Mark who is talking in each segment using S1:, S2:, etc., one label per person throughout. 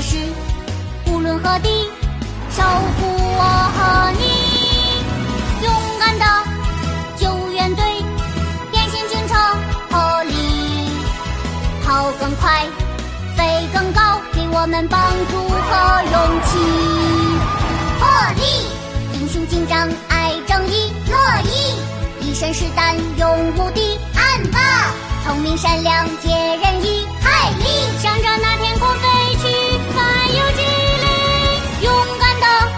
S1: 是无论何地，守护我和你。勇敢的救援队，变形警车合力，跑更快，飞更高，给我们帮助和勇气。破力，英雄警长爱正义，乐意，一身是胆勇无敌，暗霸，聪明善良解人意，海力，向着那天空飞去，还有激励，勇敢的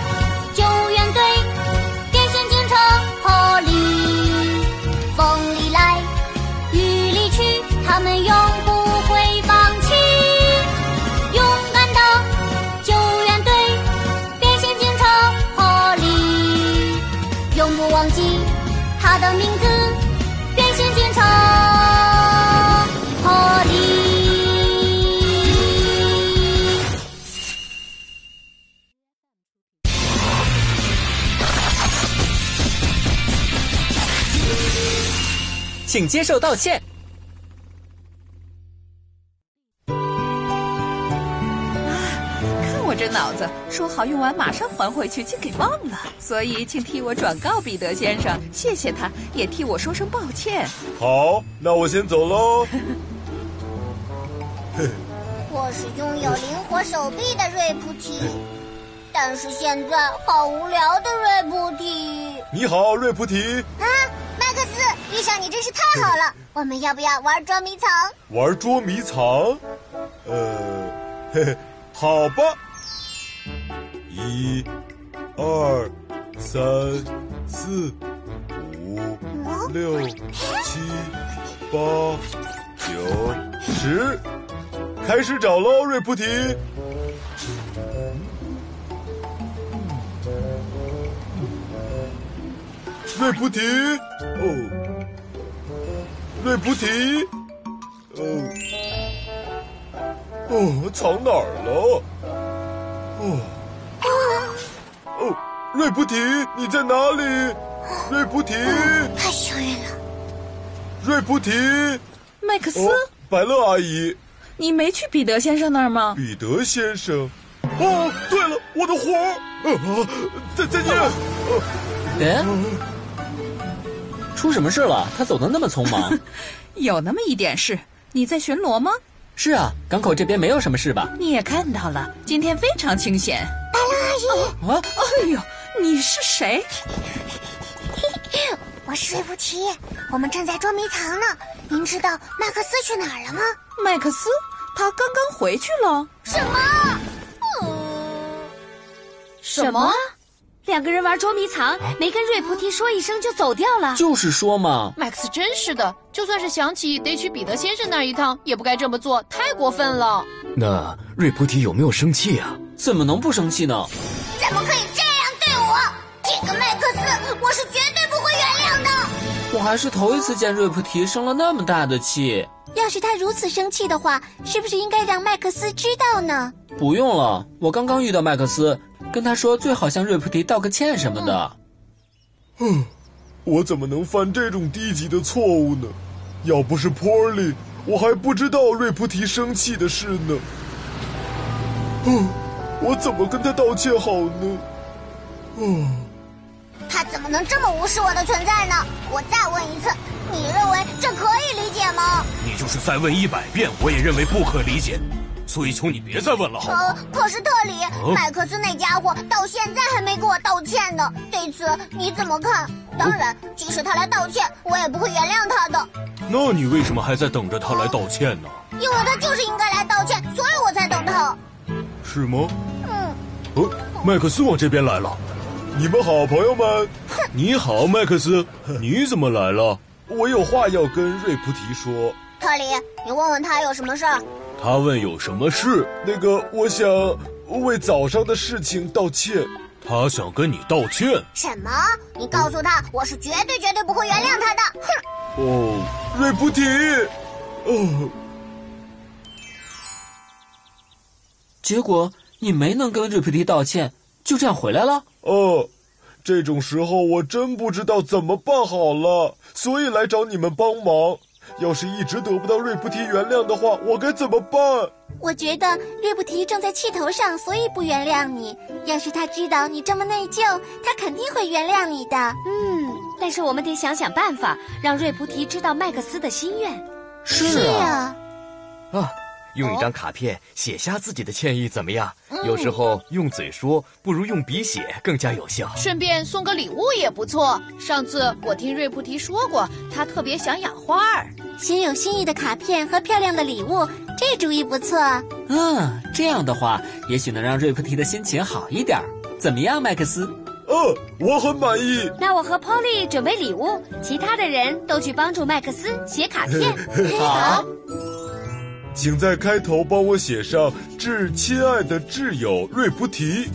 S1: 救援队，变形警车破力，风里来，雨里去，他们永不会放弃。勇敢的救援队，变形警车破力，永不忘记他的名字，变形警车破力。
S2: 请接受道歉。
S3: 啊看我这脑子，说好用完马上还回去，竟给忘了。所以，请替我转告彼得先生，谢谢他，也替我说声抱歉。
S4: 好，那我先走喽。
S1: 我是拥有灵活手臂的瑞普提，但是现在好无聊的瑞普提。
S4: 你好，瑞菩提，
S1: 啊，麦克斯，遇上你真是太好了！我们要不要玩捉迷藏？
S4: 玩捉迷藏？呃， 嘿嘿，好吧。一、二、三、四、五、六、七、八、九、十，开始找喽，瑞菩提。瑞菩提，哦，瑞菩提，哦，哦，藏哪儿了？哦，哦，瑞菩提，你在哪里？瑞菩提，
S1: 太吓人了！
S4: 瑞菩提，
S3: 麦克斯，
S4: 哦，百乐阿姨，
S3: 你没去彼得先生那儿吗？
S4: 彼得先生。哦，对了，我的活儿，呃，再再见。呃
S2: 哎，出什么事了？他走得那么匆忙。
S3: 有那么一点事。你在巡逻吗？
S2: 是啊，港口这边没有什么事吧？
S3: 你也看到了，今天非常清闲。
S2: 啊，
S3: 哎呦，你是谁？
S1: 我是瑞普提，我们正在捉迷藏呢。您知道麦克斯去哪儿了吗？
S3: 麦克斯，他刚刚回去了。
S1: 什么？嗯
S5: 什么？两个人玩捉迷藏，没跟瑞菩提说一声就走掉了。
S2: 就是说嘛，
S6: 麦克斯真是的，就算是想起得去彼得先生那儿一趟，也不该这么做，太过分了。
S7: 那瑞菩提有没有生气啊？
S2: 怎么能不生气呢？
S1: 怎么可以这样对我？这个麦克斯，我是绝对不会原谅的。
S2: 我还是头一次见瑞菩提生了那么大的气。
S1: 要是他如此生气的话，是不是应该让麦克斯知道呢？
S2: 不用了，我刚刚遇到麦克斯，跟他说最好向瑞菩提道个歉什么的。
S4: 我怎么能犯这种低级的错误呢？要不是 Polly，我还不知道瑞菩提生气的事呢。嗯，我怎么跟他道歉好呢？
S1: 他怎么能这么无视我的存在呢？我再问一次，你认为这可以理解吗？
S8: 你就是再问一百遍，我也认为不可理解，所以求你别再问了，好吗？
S1: 呃，可是特里，麦克斯那家伙到现在还没给我道歉呢。这次你怎么看？当然，即使他来道歉，我也不会原谅他的，
S8: 那你为什么还在等着他来道歉呢？
S1: 因为他就是应该来道歉，所以我才等他。
S4: 是吗？
S1: 嗯，
S8: 哦，麦克斯往这边来了。
S4: 你们好，朋友们，
S8: 你好，麦克斯，你怎么来了？
S4: 我有话要跟瑞菩提说。
S1: 特里，你问问他有什么事儿。
S8: 他问有什么事，
S4: 那个，我想为早上的事情道歉。
S8: 他想跟你道歉。
S1: 什么？你告诉他，我是绝对绝对不会原谅他的。哼，
S4: 哦，瑞菩提，哦，
S2: 结果你没能跟瑞菩提道歉，就这样回来了。
S4: 哦，这种时候我真不知道怎么办好了，所以来找你们帮忙。要是一直得不到瑞菩提原谅的话，我该怎么办？
S1: 我觉得瑞布提正在气头上，所以不原谅你。要是他知道你这么内疚，他肯定会原谅你的。
S5: 嗯，但是我们得想想办法，让瑞菩提知道麦克斯的心愿。
S2: 是啊，
S7: 啊，用一张卡片写下自己的歉意怎么样？有时候用嘴说不如用笔写更加有效。
S6: 顺便送个礼物也不错。上次我听瑞菩提说过，他特别想养花儿。
S1: 写有心意的卡片和漂亮的礼物，这主意不错。
S2: 嗯，这样的话，也许能让瑞菩提的心情好一点儿。怎么样，麦克斯？
S4: 嗯，我很满意。
S5: 那我和 Polly 准备礼物，其他的人都去帮助麦克斯写卡 片。
S2: 好，
S4: 请在开头帮我写上“致亲爱的挚友瑞菩提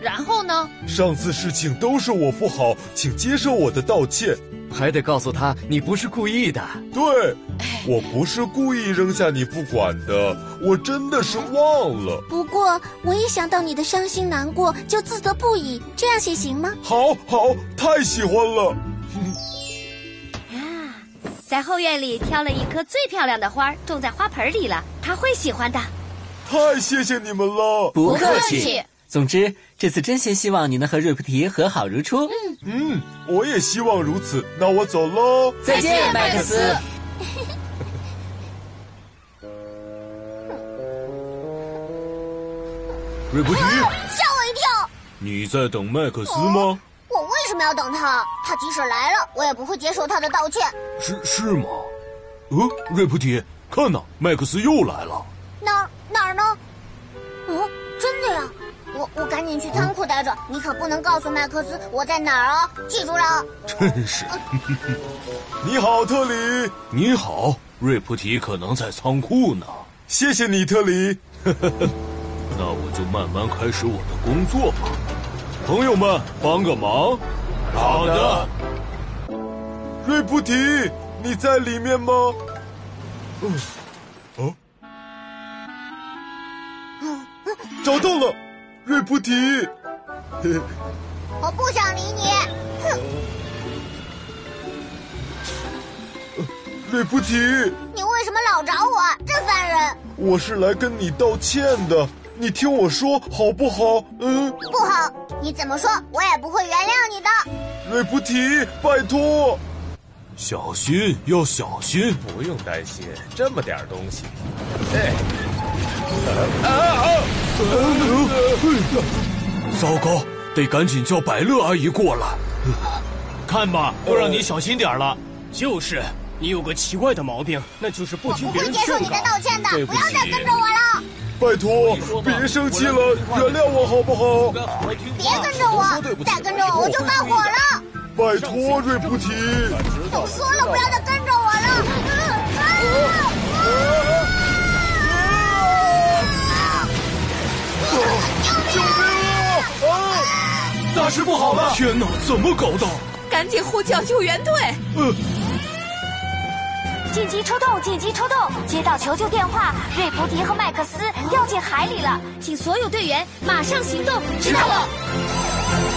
S6: 然后呢？”。
S4: 上次事情都是我不好，请接受我的道歉。
S7: 还得告诉他你不是故意的。
S4: 对，
S5: 哎
S4: 我不是故意扔下你不管的，我真的是忘了。
S1: 不过我一想到你的伤心难过，就自责不已，这样写行吗？
S4: 好好，太喜欢 了。
S5: 在后院里挑了一棵最漂亮的花儿，种在花盆里了，他会喜欢的。
S4: 太谢谢你们了！
S2: 不
S6: 不
S2: 客
S6: 客
S2: 气
S6: 气。
S2: 总之，这次真心希望你能和瑞菩提和好如初。
S4: 嗯，我也希望如此。那我走喽。
S2: 再见，
S6: 麦克斯。
S8: 瑞菩提，
S1: 吓我一跳！
S8: 你在等麦克斯吗？
S1: 我为什么要等他？他即使来了，我也不会接受他的道歉。
S8: 是是吗？呃，瑞菩提，看呐，麦克斯又来了。
S1: 哪儿哪儿呢？哦，真的呀！我我赶紧去仓库待着，你可不能告诉麦克斯我在哪儿啊！记住了。
S8: 真是，
S4: 你好，特里，
S8: 你好，瑞菩提可能在仓库呢。
S4: 谢谢你，特里。
S8: 那我就慢慢开始我的工作吧。朋友们，帮个忙。好的。
S4: 瑞菩提，你在里面吗？嗯，哦，找到了，瑞菩提。嘿嘿
S1: 我哦不想理你。
S4: 瑞菩提，
S1: 你为什么老找我？真烦人！
S4: 我是来跟你道歉的，你听我说好不好？嗯，
S1: 不好，你怎么说我也不会原谅你的。
S4: 瑞菩提，拜托。
S8: 小心，要小心！不用担心，这么点东西。哎，糟糕，得赶紧叫百乐阿姨过来。
S9: 看吧，我让你小心点儿了。就是，你有个奇怪的毛病，那就是不
S1: 我
S9: 听
S1: 不
S9: 别
S1: 会
S9: 人
S1: 接
S9: 劝
S1: 受你的
S9: 告。
S1: 道歉的，
S8: 对
S1: 不
S8: 不
S1: 要
S8: 起
S1: 再跟着我了，
S4: 拜托
S9: 说，吧
S4: 别生气了
S9: 我来听，话
S4: 原谅我好不好？
S1: 别跟着我，再跟着我我就发火了。
S4: 拜托，瑞菩提。
S1: 都说了不要再跟着我了。嗯啊
S4: 救命啊！啊！
S8: 大事不好了！天哪，怎么搞到？
S3: 赶紧呼叫救援队！
S5: 紧急抽动！紧急抽动！接到求救电话，瑞菩提和麦克斯掉进海里了，请所有队员马上行动！知道了。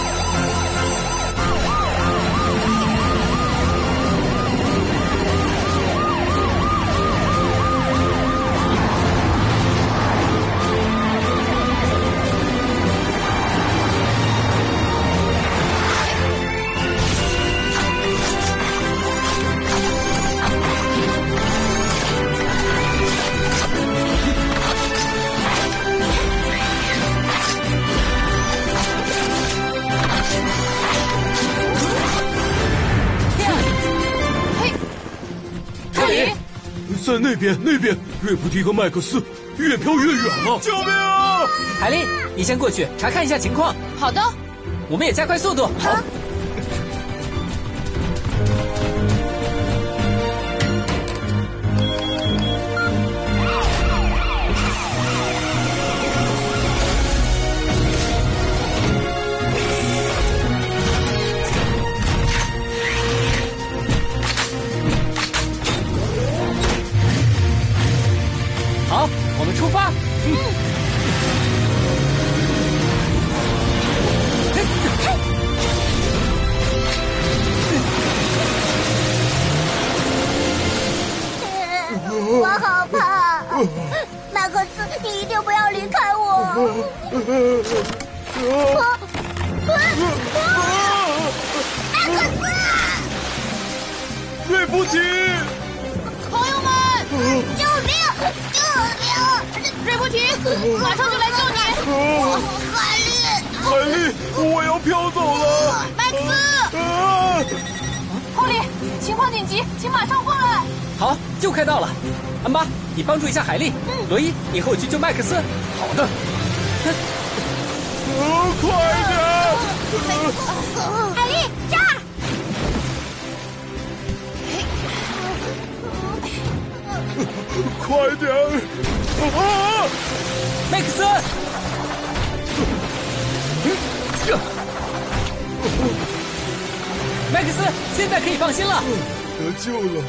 S6: 特里，
S8: 在那边，那边，瑞菩提和麦克斯越飘越远了。救命啊！
S2: 海丽，你先过去查看一下情况，
S6: 好的，
S2: 我们也加快速度。好，好，我们出发。嗯
S4: 瑞不提，
S6: 朋友们，
S1: 救命！救命！
S6: 瑞波提，马上就来救你！
S4: 啊，
S1: 海丽，
S4: 海丽，我要飘走了。
S6: 麦克斯，
S4: 啊！
S6: 霍利，情况紧急，请马上过来！
S2: 好，就快到了。安巴，你帮助一下海莉。
S6: 嗯
S2: 罗伊，你和我去救麦克斯。好的。
S4: 啊，快点！
S1: 海丽，这儿！
S4: 快点！啊！
S2: 麦克斯，麦克斯，现在可以放心了。
S4: 得救了！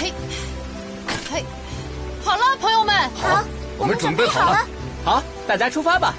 S6: 嘿，嘿，好了，朋友们，
S1: 好，
S7: 我们准备好了。
S2: 好，大家出发吧。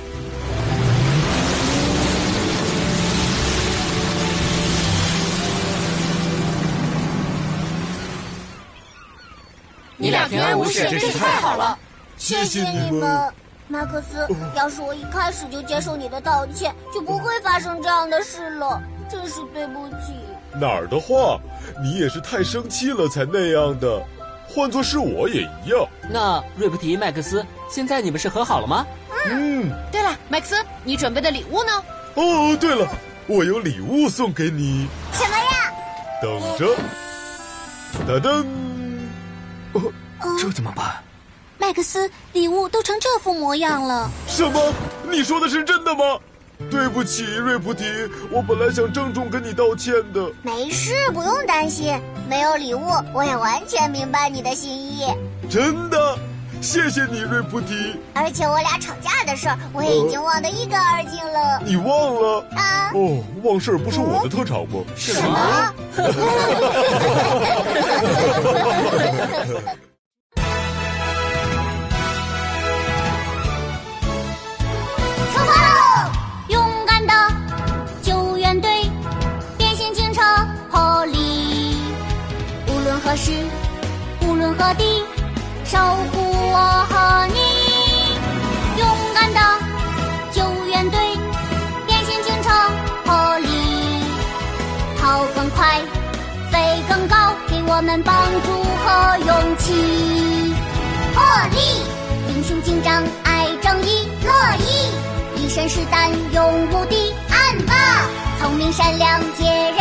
S6: 你俩平安无事，真是太好了。
S1: 谢谢你们，马克思。
S6: 哦
S1: 要是我一开始就接受你的道歉，就不会发生这样的事了。真是对不起。
S4: 哪儿的话，你也是太生气了才那样的，换做是我也一样。
S2: 那瑞普提、麦克斯，现在你们是和好了吗？
S4: 嗯，
S6: 对了，麦克斯，你准备的礼物呢？
S4: 哦，对了，我有礼物送给你，
S1: 什么呀？
S4: 等着。噔噔，哦
S7: 这怎么办？
S1: 麦克斯，礼物都成这副模样了。
S4: 什么？你说的是真的吗？对不起，瑞菩提，我本来想郑重跟你道歉的。
S1: 没事，不用担心。没有礼物，我也完全明白你的心意。
S4: 真的，谢谢你，瑞菩提，
S1: 而且我俩吵架的事儿，我
S6: 哦
S1: 也已经忘得一干二净了。
S4: 你忘了？
S1: 啊，
S4: 哦，忘事儿不是我的特长吗？
S1: 什么？出发喽！勇敢的救援队，变形警车破例，无论何时，无论何地，守护我和你。勇敢的救援队，变形警车破例，跑更快，飞更高，给我们帮助和勇气。破例，英雄警长爱正义，乐意，一身是胆勇无敌，暗霸，聪明善良解人